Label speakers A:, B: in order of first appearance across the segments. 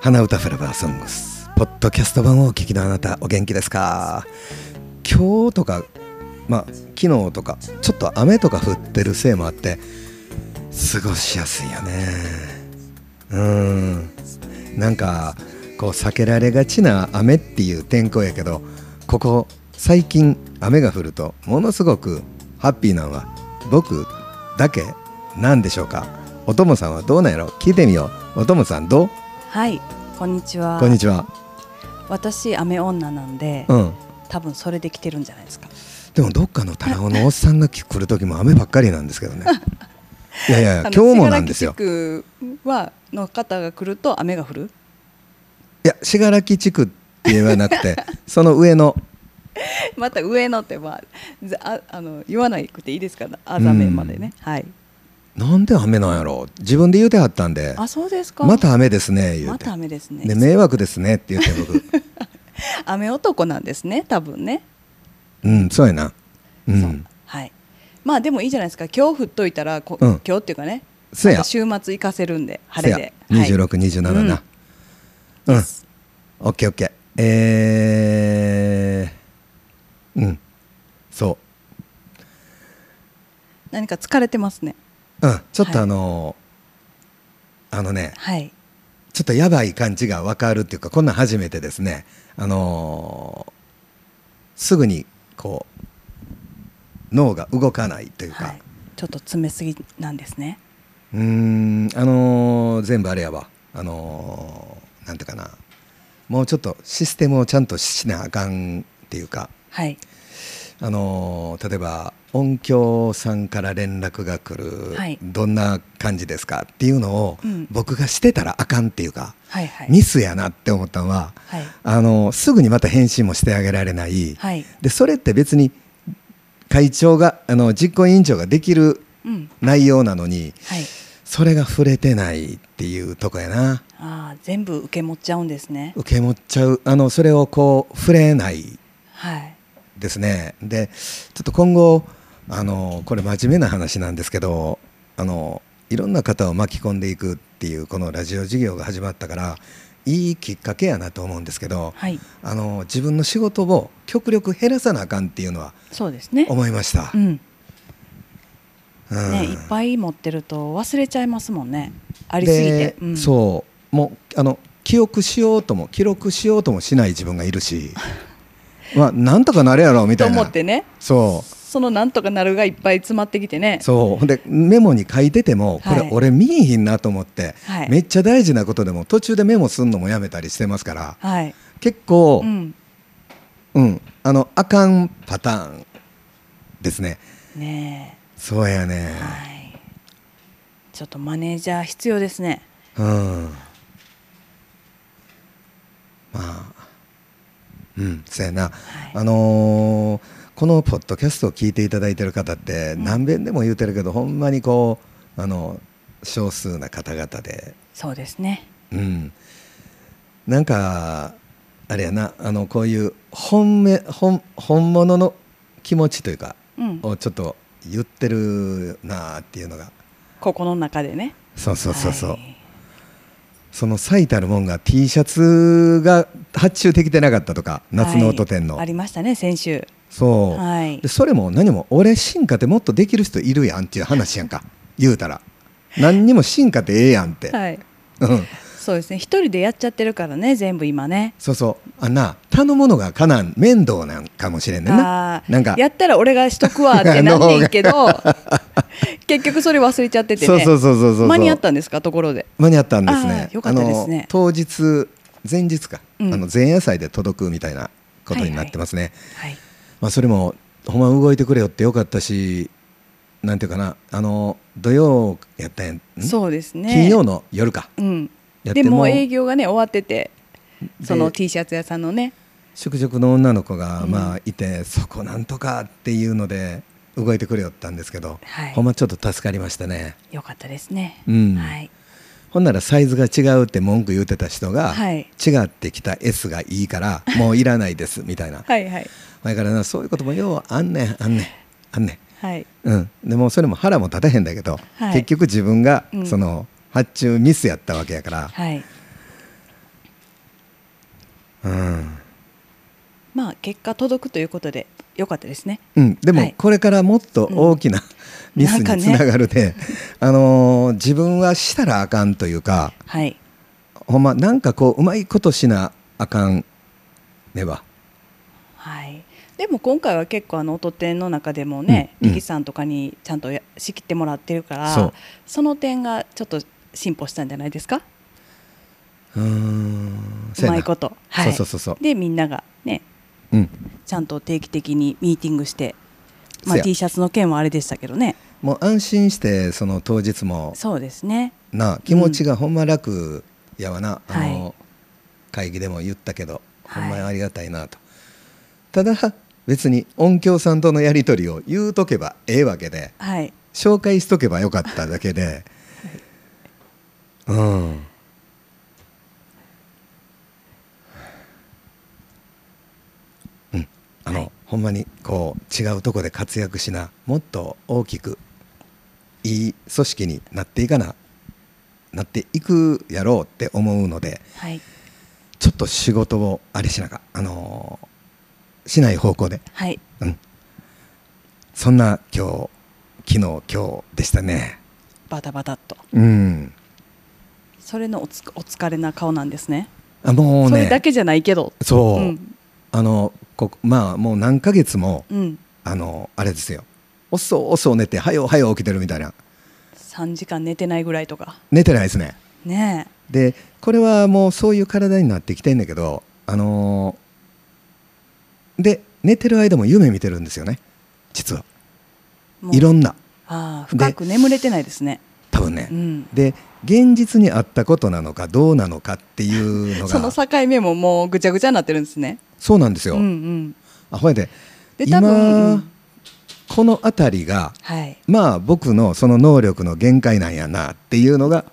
A: 花歌フラワーソングスポッドキャスト版をお聞きのあなたお元気ですか今日とかまあ昨日とかちょっと雨とか降ってるせいもあって過ごしやすいよねうんなんかこう避けられがちな雨っていう天候やけどここ最近雨が降るとものすごくハッピーなんは僕だけなんでしょうかおともさんはどうなんやろ聞いてみようおともさんどう
B: はい、こんにちは。
A: こんにちは
B: 私、雨女なんで、
A: うん
B: 多分それで来てるんじゃないですか。
A: でもどっかのタラオのおっさんが来る時も雨ばっかりなんですけど ねいやいや
B: あの
A: 今日もなんですよ
B: 信楽地区は、の方が来ると雨が降る。
A: いや信楽地区ではなく てその上の
B: また上野って、まあ、ざあ、あの、言わなくていいですから、あざめまでね。はい。
A: なんで雨なんやろ自分で言うてはったんで
B: あ、そうですか。
A: また雨ですね言う
B: ま
A: て、
B: た雨ですね。
A: で迷惑ですねって言って僕
B: 雨男なんですね、多分ね。
A: うんそうやなう
B: そ
A: ん
B: はい。まあ、でもいいじゃないですか。今日降っといたら、こ、
A: うん
B: 今日っていうかね。
A: そうや
B: また週末行かせるんで、晴れで。
A: せや
B: はい
A: 26、27な、
B: うん
A: うん
B: で、す
A: オッケーオッケーえー、うんそ
B: 何か疲れてますね。
A: ううんちょっと
B: はい
A: あのーあのね
B: はい。
A: ちょっとやばい感じがわかるっていうかこんなん初めてですねあのーすぐにこう脳が動かないというか、
B: はい、ちょっと詰めすぎなんですね
A: うーんあのー全部あれやわあのーなんていうかなもうちょっとシステムをちゃんとしなあかんっていうか
B: はい
A: あのー例えば音響さんから連絡が来る、
B: はい
A: どんな感じですかっていうのを、
B: うん
A: 僕がしてたらあかんっていうか、
B: はいはい
A: ミスやなって思ったのは、
B: はい
A: あのーすぐにまた返信もしてあげられない、
B: はい
A: でそれって別に会長があの実行委員長ができる
B: うん
A: 内容なのに、
B: はい
A: それが触れてないっていうとこやな
B: ああ全部受け持っちゃうんですね
A: 受け持っちゃうあのそれをこう触れない
B: はい
A: ですねでちょっと今後あのこれ真面目な話なんですけどあのいろんな方を巻き込んでいくっていうこのラジオ事業が始まったからいいきっかけやなと思うんですけど、
B: はい
A: あの自分の仕事を極力減らさなあかんっていうのは
B: そうですね
A: 思いました
B: う。ん
A: うん
B: ねいっぱい持ってると忘れちゃいますもんねありすぎて
A: で、
B: うん、う
A: そうもうあの記憶しようとも記録しようともしない自分がいる しまあなんとかなるやろみ
B: と
A: たい
B: 思
A: な
B: ってね
A: そ
B: そのなんとかなるがいっぱい詰まってきてね
A: うそうほんでメモに書いててもこ
B: はい
A: れ俺見えひんなと思って、
B: はい
A: めっちゃ大事なことでも途中でメモすんのもやめたりしてますから
B: はい
A: 結構、
B: う
A: うん
B: ん
A: あのあかんパターンですね
B: ね
A: そうやね
B: え、はいちょっとマネージャー必要ですね
A: うんまあうんそうやな、あのーこのポッドキャストを聞いていただいてる方って
B: うん
A: 何遍でも言うてるけど、ほんまにこうあの少数な方々で
B: そうですね
A: うんなんかあれやなあのこういう本め本本物の気持ちというか
B: うん
A: をちょっと言ってるなあっていうのが
B: ここの中でね
A: そうそうそうそう、
B: はい
A: その最たるもんが T シャツが発注できてなかったとか夏の音展の、
B: はいありましたね先週
A: そう、
B: はい
A: でそれも何も俺進化ってもっとできる人いるやんっていう話やんか言うた ら何にも進化ってええやんって、
B: はい
A: うん
B: そうですね一人でやっちゃってるからね全部今ね
A: そうそうあんな頼むのがかなん面倒なんかもしれんねんな
B: あー
A: なんか
B: やったら俺がしとくわ ってなんねんけど 結局それ忘れちゃっててね
A: そうそうそうそうそう
B: 間に合ったんですかところで
A: 間に合ったんですね
B: あーよかったですね
A: あの当日前日か、
B: うん
A: あの前夜祭で届くみたいなことになってますね、
B: はい
A: まあ、それもほんま動いてくれよってよかったしなんていうかなあの土曜やったやん
B: そうですね
A: 金曜の夜か
B: うん
A: やって
B: でも
A: も
B: う営業がね終わってて
A: で
B: その T シャツ屋さんのね
A: 宿直の女の子が
B: うん
A: まあいて、そこなんとかっていうので動いてくれよったんですけど、
B: はい
A: ほんまちょっと助かりましたね
B: よかったですね、
A: うん
B: はい
A: ほんならサイズが違うって文句言ってた人が、
B: はい
A: 違ってきた S がいい からもういらないですみたいな、
B: はいはい
A: 前からなそういうこともようあんねんあんねんあんねん
B: はい
A: うん、でもそれも腹も立たへんだけど、
B: はい
A: 結局自分が
B: うん
A: その発注ミスやったわけやから、
B: はい
A: うん
B: まあ結果届くということで良かったですね。
A: うん、で
B: は
A: も
B: い
A: これからもっと大きな、ミス
B: なん
A: に
B: か
A: つ
B: ね
A: ながるで、 あのー自分はしたらあかんというか
B: はい。
A: ほんまなんかこううまいことしなあかんねば
B: はい。でも今回は結構あの音展の中でもね、
A: うんうん
B: 力さんとかにちゃんとや仕切ってもらってるから、
A: そう
B: その点がちょっと進歩したんじゃないですか。
A: うーんせ
B: う
A: や
B: ま
A: ない
B: こと。はい。
A: そうそうそうそう
B: でみんながね、
A: うん、
B: ちゃんと定期的にミーティングして、まあ
A: せや
B: T シャツの件はあれでしたけどね。
A: もう安心してその当日も
B: そうですね。
A: な気持ちがほんま楽やわな、あの
B: はい
A: 会議でも言ったけど、
B: はい
A: ほんまにありがたいなとただ別に音響さんとのやり取りを言うとけばええわけで
B: はい。
A: 紹介しとけばよかっただけで、うんうんあの、
B: はい
A: ほんまにこう違うとこで活躍しなもっと大きくいい組織になっていかななっていくやろうって思うので
B: はい。
A: ちょっと仕事をあれしながあのーしない方向で
B: はい。
A: うん、そんな今日昨日今日でしたね
B: バタバタっと。
A: うん
B: それのおつお疲れな顔なんですね。
A: あもうね
B: それだけじゃないけど。
A: そう、
B: うん
A: あのこまあもう何ヶ月も
B: うん。
A: あのあれですよおっそうおっそう寝てはよはよ起きてるみたいな
B: 3時間寝てないぐらいとか
A: 寝てないですね
B: ね
A: でこれはもうそういう体になってきてんだけどあのーで寝てる間も夢見てるんですよね実は
B: えもう
A: いろんな
B: ああ深く眠れてないですね、
A: 多分ね、
B: うん、
A: で現実にあったことなのかどうなのかっていうのが
B: その境目ももうぐちゃぐちゃになってるんですね
A: そうなんです
B: う
A: よ、
B: んうん
A: あほやで
B: で
A: 今
B: 多分、うん
A: この辺りが
B: はい
A: まあ僕のその能力の限界なんやなっていうのが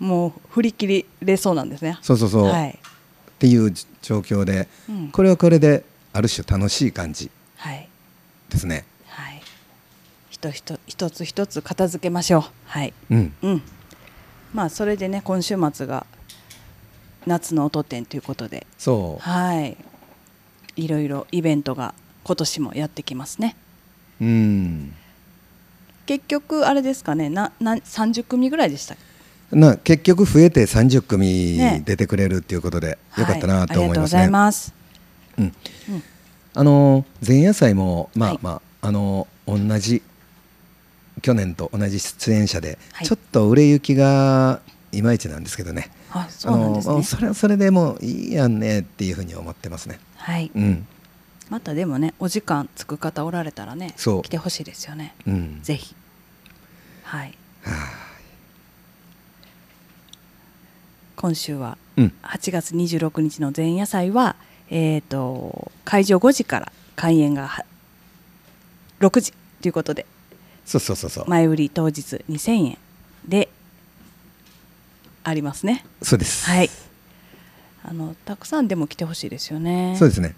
B: もう振り切れそうなんですね
A: そうそうそう、
B: はい、
A: っていう状況で
B: うん、
A: これはこれである種楽しい感じ
B: はい
A: ですね。
B: はい一ひと一つ一つ片付けましょうはい
A: うん、
B: うんまあそれでね今週末が夏の音展ということで
A: そ
B: はいいろいろイベントが今年もやってきますね
A: う、うん、
B: 結局あれですかねなな30組ぐらいでしたっけ
A: な結局増えて30組
B: ね
A: 出てくれるっていうことで、
B: はい
A: よかったなと思いますね。
B: ありがとうございます、
A: うん、
B: うん
A: あの前夜祭もまあ、
B: はい
A: まああの同じ去年と同じ出演者で、
B: はい
A: ちょっと売れ行きがいまいちなんですけどね。
B: あそうなんです
A: あの
B: ね
A: それはそれでもういいやんねっていうふうに思ってますね。
B: はい、
A: うん、
B: またでもねお時間つく方おられたらね
A: そう
B: 来てほしいですよね
A: うん、
B: ぜひはい
A: は
B: 今週は
A: ーうん、
B: 8月26日の前夜祭はえっ、と会場5時から開演がは6時ということで
A: そうそうそうそう、
B: 前売り当日2000円でありますね
A: そうです。
B: はい。あのたくさんでも来てほしいですよね。
A: そうですね。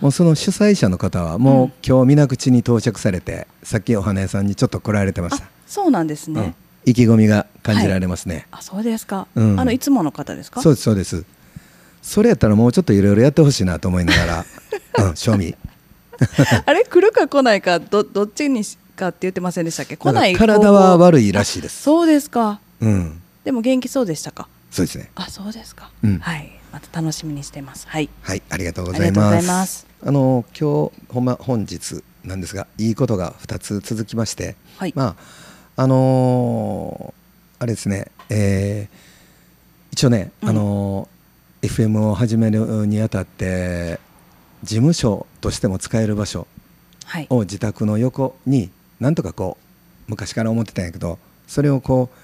A: もうその主催者の方はもう、
B: うん
A: 今日水口に到着されて、さっきお花屋さんにちょっと来られてました
B: あ。、そうなんですね。
A: うん、意気込みが感じられますね。
B: あ、そうですか。
A: うん
B: あのいつもの方ですか。
A: そうですそうですそれやったらもうちょっといろいろやってほしいなと思いながら、うん、賞味
B: あれ来るか来ないかどどっちにしかって言ってませんでしたっ け。来ない
A: なんか体は
B: 悪
A: 悪いらしいです
B: そうですか。
A: うん
B: でも元気そうでしたか。
A: そうですね
B: あ、そうですか。
A: うん
B: はい。また楽しみにしてます。はい。
A: はいありがとうござい
B: ありがとう
A: ま
B: ご
A: す
B: ざいます
A: あの今日ほんま本日なんですがいいことが2つ続きまして、
B: はい
A: まああのーあれですねえー一応ね、
B: うん
A: あのー FM を始めるにあたって事務所としても使える場所
B: はい。
A: を自宅の横になんとかこう昔から思ってたんやけどそれをこう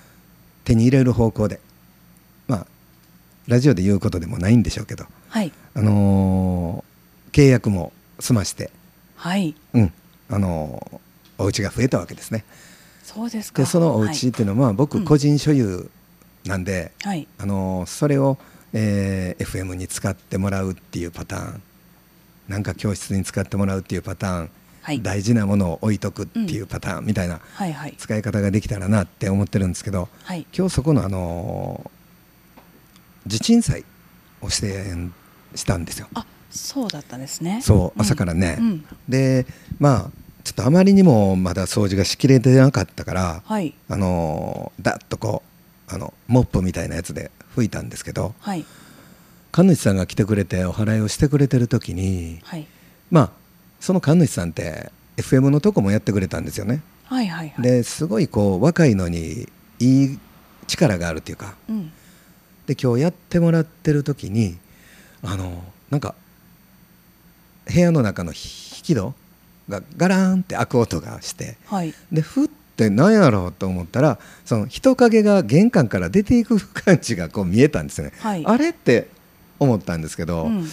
A: 手に入れる方向でまあラジオで言うことでもないんでしょうけど、
B: はい。
A: あのー契約も済まして、
B: はい。
A: うんあのーお家が増えたわけですね。
B: そうですか。
A: でそのお家っ
B: は
A: ていうのは、まあ
B: う
A: 僕
B: ん
A: 個人所有なんで、
B: い。はい。
A: あのーそれを、えー FM に使ってもらうっていうパターンなんか教室に使ってもらうっていうパターン、
B: はい。
A: 大事なものを置いとくっていうパターンみたいな
B: はい。はい。
A: 使い方ができたらなって思ってるんですけど
B: はい。
A: 今日そこのあのー地鎮祭をしてしたんですよ。
B: あそうだったんですね
A: そう朝からね、
B: ね、うん
A: でまあちょっとあまりにもまだ掃除がしきれてなかったから、
B: はい
A: あのーだっとこうあのモップみたいなやつで拭いたんですけど
B: はい
A: 神主さんが来てくれてお祓いをしてくれてる時に
B: はい
A: まあその神主さんって FM のとこもやってくれたんですよね。
B: はいはいはい
A: ですごいこう若いのにいい力があるっていうか
B: うん
A: で今日やってもらってる時にあのなんか部屋の中の引き戸がガラーンって開く音がして
B: はい
A: でふって何やろうと思ったらその人影が玄関から出ていく感じがこう見えたんですね、
B: はい
A: あれって思ったんですけど、
B: うん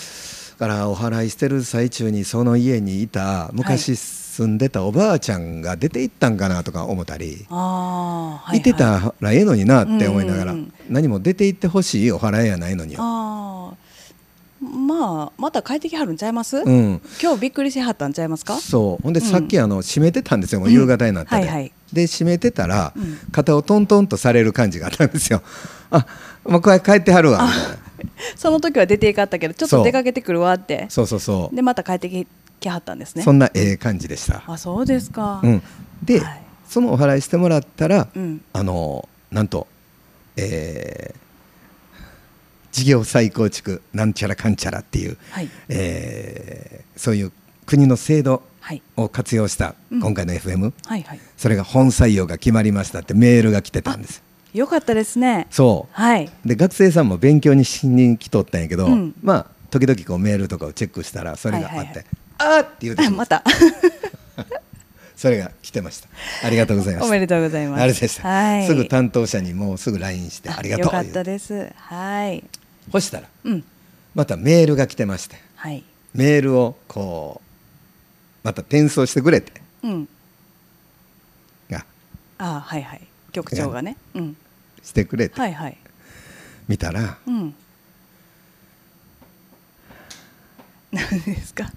A: だからお祓いしてる最中にその家にいた昔住んでたおばあちゃんが出て行ったんかなとか思ったり。
B: ああーはいはい
A: いてたらええのになって思いながら、
B: うんうんうん
A: 何も出て行ってほしいお祓いやないのによ、
B: ああまあまた帰ってきはるんちゃいます、
A: うん、
B: 今日びっくりしはったんちゃいますか
A: そうほんで
B: うん
A: さっきあの閉めてたんですよ、もう夕方になってて、
B: うんはいはい
A: で閉めてたら、
B: うん
A: 肩をトントンとされる感じがあったんですよ あもうこれ帰ってはるわみたい
B: その時は出ていかったけどちょっ
A: そう
B: と出かけてくるわって
A: なそうそうそう、
B: でまた帰ってききはったんですね
A: そんなええ感じでした、
B: あそうですか
A: うん、で、
B: はい
A: そのお祓いしてもらったら、
B: うん
A: あのなんとえー事業再構築なんちゃらかんちゃらっていう、
B: はい
A: えーそういう国の制度
B: はい
A: を活用した
B: うん
A: 今回の FM、
B: はいはい
A: それが本採用が決まりましたってメールが来てたんです
B: よかったですね
A: そ
B: はい、
A: うで学生さんも勉強にしに来とったんやけど、
B: うん
A: まあ時々こうメールとかをチェックしたらそれがあって、
B: はいはいはい
A: あーって言うてしま
B: ま
A: った
B: た
A: それが来てましたありがとうございました
B: おめでとうございます
A: あれでした、
B: はい
A: すぐ担当者にもうすぐ LINE してありがとう
B: よかった
A: 言う
B: ですはい
A: ほしたら
B: うん
A: またメールが来てまして
B: はい
A: メールをこうまた転送してくれて
B: うん
A: が
B: あはいはい局長がねうん
A: してくれて、
B: はいはい
A: 見たら
B: うん。何ですか。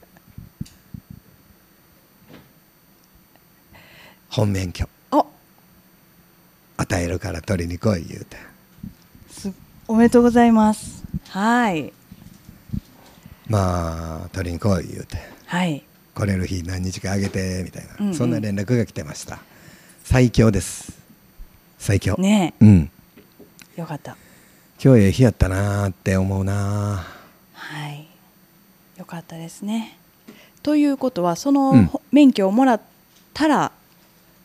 A: 本免許
B: あ、
A: 与えるから取りに来い言うて
B: すおめでとうございます。はい
A: まあ取りに来い言うて
B: はい。
A: 来れる日何日かあげてみたいな、
B: うんうん
A: そんな連絡が来てました最強です最強、
B: ね
A: うん
B: え、よかった。
A: 今日ええ日やったなーって思うな
B: はい。よかったですね。ということはその、
A: うん
B: ほ免許をもらったら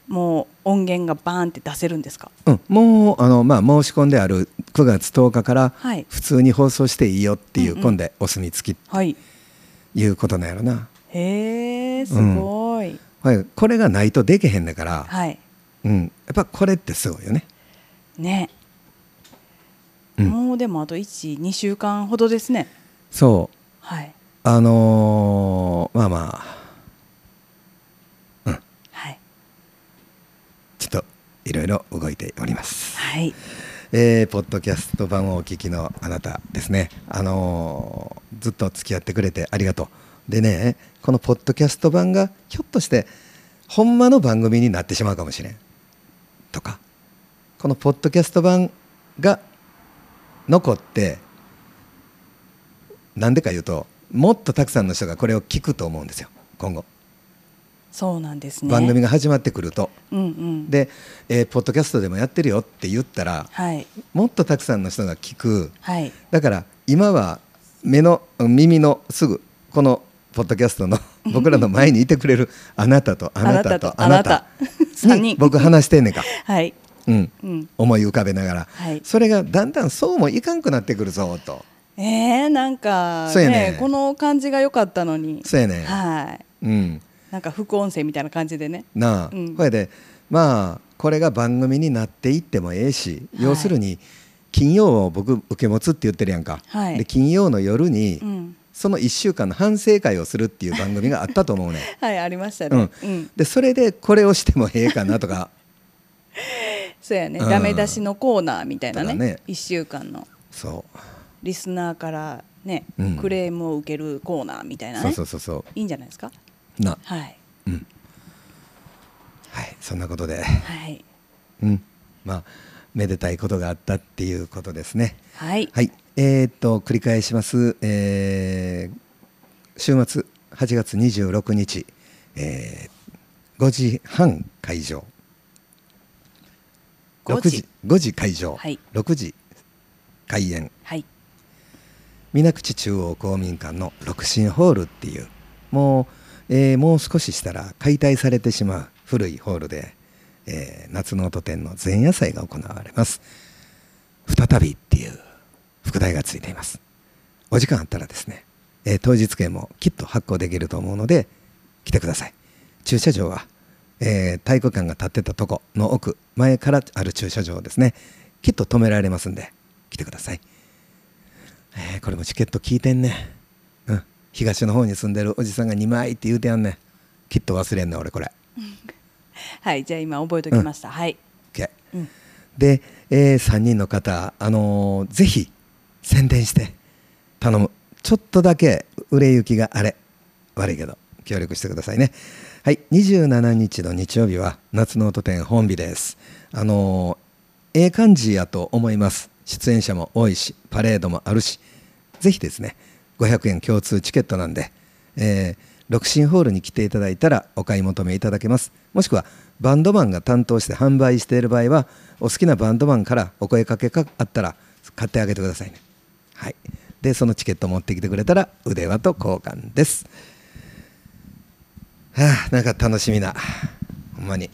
B: もう音源がバーンって出せるんですか。
A: ーうん、もうあの、まあ、申し込んである9月10日から
B: はい
A: 普通に放送していいよっていう、
B: うんうん
A: 今度お墨付き
B: はい。
A: いうことなんやろな、
B: へえ、すごい。
A: はい、これがないとできへんだから、
B: はい。
A: うん、やっぱこれってすごいよね、
B: ねえ、
A: うん、
B: もうでもあと一二週間ほどですね。
A: そう
B: はい
A: あのーまあまあ
B: はい
A: ちょっといろいろ動いております、
B: はい。
A: えーポッドキャスト版をお聞きのあなたですねあのーずっと付き合ってくれてありがとうでねこのポッドキャスト版がひょっとしてほんまの番組になってしまうかもしれんとかこのポッドキャスト版が残ってなんでか言うともっとたくさんの人がこれを聞くと思うんですよ今後、
B: そうなんですね。
A: 番組が始まってくると
B: うんうん。
A: で、えーポッドキャストでもやってるよって言ったら
B: はい
A: もっとたくさんの人が聞く
B: はい
A: だから今は目の耳のすぐこのポッドキャス トの僕らの前にいてくれるあなたとあなたとあ
B: あ
A: な
B: なた
A: た
B: とあなた
A: に僕話してんねん か、
B: はい
A: うん、
B: うん。
A: 思い浮かべながら、
B: はい
A: それがだんだんそうもいかんくなってくるぞと
B: えー、なんか
A: そうや
B: ね
A: ね
B: この感じが良かったのに。
A: そうやねん
B: はい。
A: うん
B: なんか副音声みたいな感じでね。
A: なあ、
B: うん
A: これでまあこれが番組になっていってもええし、
B: はい
A: 要するに金曜を僕受け持つって言ってるやんか、
B: はい
A: で金曜の夜に、
B: うん。
A: その1週間の反省会をするっていう番組があったと思う ねん
B: はいありました
A: う
B: ね
A: ん。
B: うん。
A: でそれでこれをしてもええかなと か
B: そうやね、
A: うん
B: ダメ出しのコーナーみたいな
A: とかね
B: ね。一、週間の
A: そ
B: リスナーからね、
A: うん
B: クレームを受けるコーナーみたいうなね。
A: そうそうそうそ
B: いいんじゃないですか。
A: うな
B: はい
A: はいそんなことで
B: はい
A: うんまあめでたいことがあったっていうことですね。
B: はい、
A: はい、えーっと繰り返します、えー週末8月26日、えー5時半会場
B: 5
A: 6
B: 時
A: 時5時会場、
B: はい
A: 6時開演
B: はい
A: 水口中央公民館の六神ホールっていうもう、えーもう少ししたら解体されてしまう古いホールで、えー夏の音展の前夜祭が行われます再びっていう副題がついていますお時間あったらですね、えー当日券もきっと発行できると思うので来てください駐車場は、えー体育館が建ってたとこの奥前からある駐車場ですねきっと止められますんで来てくださいえーこれもチケット聞いてんねうん東の方に住んでるおじさんが2枚って言うてやんねんきっと忘れんねん俺これ
B: はいじゃあ今覚えておきました、はい、
A: OK
B: うん、
A: で、え3人の方あのーぜひ宣伝して頼むちょっとだけ売れ行きがあれ悪いけど協力してくださいねはい27日の日曜日は夏の音展本日ですあのーええ感じやと思います出演者も多いしパレードもあるしぜひですね500円共通チケットなんで、えー、六神ホールに来ていただいたらお買い求めいただけますもしくはバンドマンが担当して販売している場合はお好きなバンドマンからお声かけがあったら買ってあげてくださいねはいでそのチケット持ってきてくれたら腕輪と交換ですはあなんか楽しみなほんまに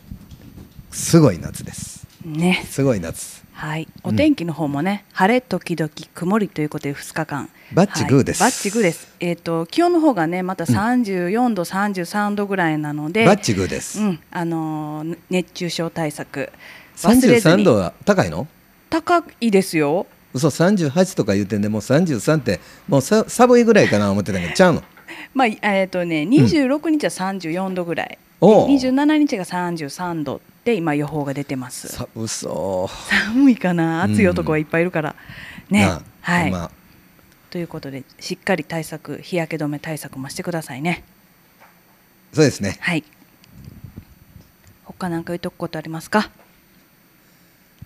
A: すごい夏です
B: ね
A: すごい夏
B: はい、
A: う
B: お
A: ん
B: 天気の方もね、晴れ時々曇りということで2日間
A: バッチグーです
B: はいバッチグーですえっ、と気温の方がねまた34度、33度ぐらいなので
A: バッチグーです、
B: うんあのー熱中症対策忘れず
A: 33
B: に
A: 度は高いの
B: 高いですよ
A: 嘘38とか言うてんでもう33ってもうさ寒いぐらいかな思ってたけどちゃうの
B: まあいえっ、とね26日は34度ぐらい、
A: おう
B: 27日が33度って今予報が出てます
A: さ嘘
B: 寒いかな暑い男がいっぱいいるから、ね
A: なあ
B: はい、
A: まあ
B: ということでしっかり対策日焼け止め対策もしてくださいね
A: そうですね
B: はい他なんか言っとくことありますか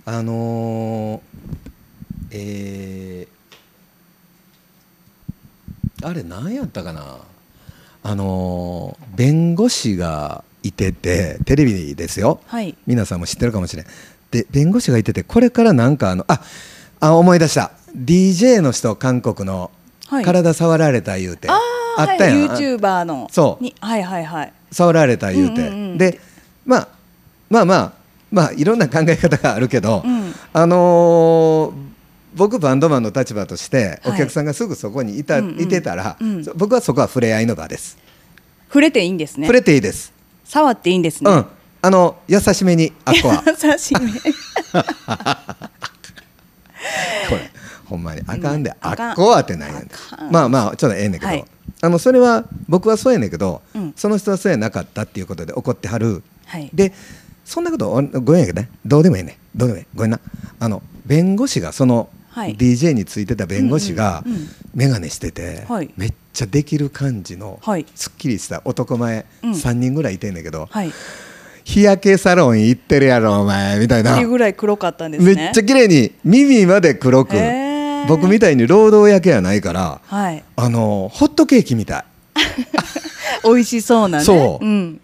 A: あのーえーあれ何やったかなあのー弁護士がいててテレビですよ
B: はい
A: 皆さんも知ってるかもしれんで弁護士がいててこれからなんかあのああ思い出した DJ の人韓国の
B: はい
A: 体触られた言うて、
B: ああ
A: あったやん、
B: はい、YouTuber の
A: そう
B: にはいはいはい
A: 触られた言うて、
B: うんうんうん
A: で、まあ、まあまあまあいろんな考え方があるけど、
B: うん
A: あのー僕バンドマンの立場として
B: は
A: お
B: い
A: 客さんがすぐそこにいた、
B: うんうん
A: いてたら、
B: うん
A: そ僕はそこは触れ合いの場です、
B: 触れていいんですね
A: 触れていいです、
B: 触っていいんですね、
A: うんあの優しめにあっ こは
B: 優しい ね
A: これほんまにあかんで、
B: うんあかん
A: あっこはってないやねん
B: あかん
A: まあまあちょっとええねんけど、
B: はい
A: あのそれは僕はそうやねんけど、
B: うん
A: その人はそうやなかったっていうことで怒ってはる
B: はい
A: でそんなことおごめんやけどねどうでもいいねどうでもいいごめんなあの弁護士がその
B: はい
A: DJ についてた弁護士が
B: うんうんうん
A: 眼鏡してて、
B: はい
A: めっちゃできる感じの、
B: はい
A: すっきりした男前
B: うん
A: 3人ぐらいいてんだけど、
B: はいっ
A: 日焼けサロン行ってるやろお前みたい
B: て
A: な、
B: いうぐらい黒かったんです
A: め
B: ね
A: っちゃ綺麗に耳まで黒く
B: へー
A: 僕みたいに労働焼けやないから
B: はい
A: あのホットケーキみたい
B: 美味しそうなね、
A: そうん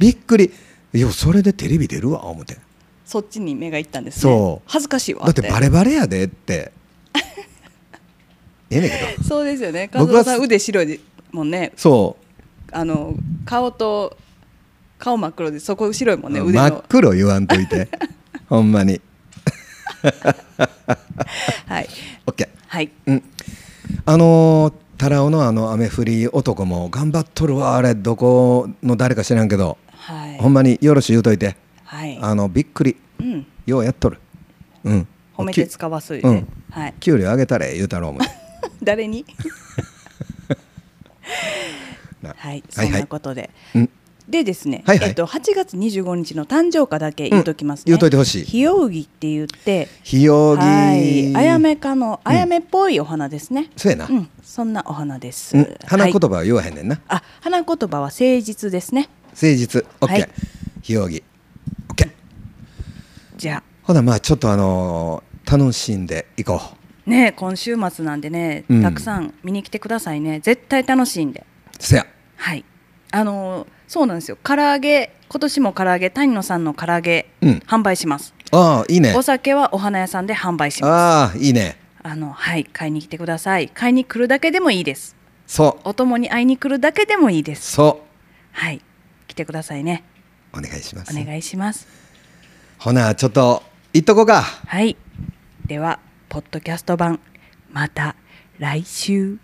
A: びっくりいやそれでテレビ出るわ思って。
B: そっちに目がいったんですね
A: そう
B: 恥ずかしいわ
A: だってバレバレやでって ええねんけど
B: そうですよね加
A: 僕
B: 藤
A: は
B: さん腕白いもんね
A: そ
B: あの顔と顔真っ黒でそこ白いも
A: うん
B: ね腕
A: 真っ
B: の、
A: 黒言わんとい てほんまに
B: はい、
A: OK
B: はい、
A: うんあのー、タラオのあの雨降り男も頑張っとるわあれどこの誰か知らんけど、
B: はい、
A: ほんまによろし言うといて、
B: はい、
A: あのびっくり
B: うん、
A: ようやっとるうん
B: 褒めて使わすいで、
A: うん
B: はい、
A: 給料上げたれ言うたろうもん
B: 誰に、
A: な
B: はい、
A: は
B: そ
A: い
B: ん
A: はい
B: なことで、
A: うん
B: でですね、
A: はいはい
B: えっと8月25日の誕生花だけ言っときますね、
A: うん言うといてほしい
B: ひようぎって言って、
A: ひよぎ
B: はい、あやめかのあやめっぽいお花ですね。
A: そうやな、
B: うん、そんなお花です。
A: うん花言
B: はい、
A: 葉は言わへんねんな、
B: あ、花言葉は誠実ですね。
A: 誠実 OK、
B: はい
A: ひよぎ OK
B: じゃあ、
A: ほなまあちょっとあのー楽しんでいこう
B: ね今週末なんでね、
A: うん
B: たくさん見に来てくださいね絶対楽しいんで
A: せや
B: はいあのーそうなんですよ唐揚げ今年も唐揚げ谷野さんの唐揚げ、
A: うん
B: 販売します
A: ああいいね
B: お酒はお花屋さんで販売します
A: ああいいね
B: あのはい買いに来てください買いに来るだけでもいいです
A: そう
B: お供に会いに来るだけでもいいです
A: そ
B: はい来てくださいね
A: うお願いします
B: お願いします
A: ほなちょっと行っとこうか
B: はいではポッドキャスト版また来週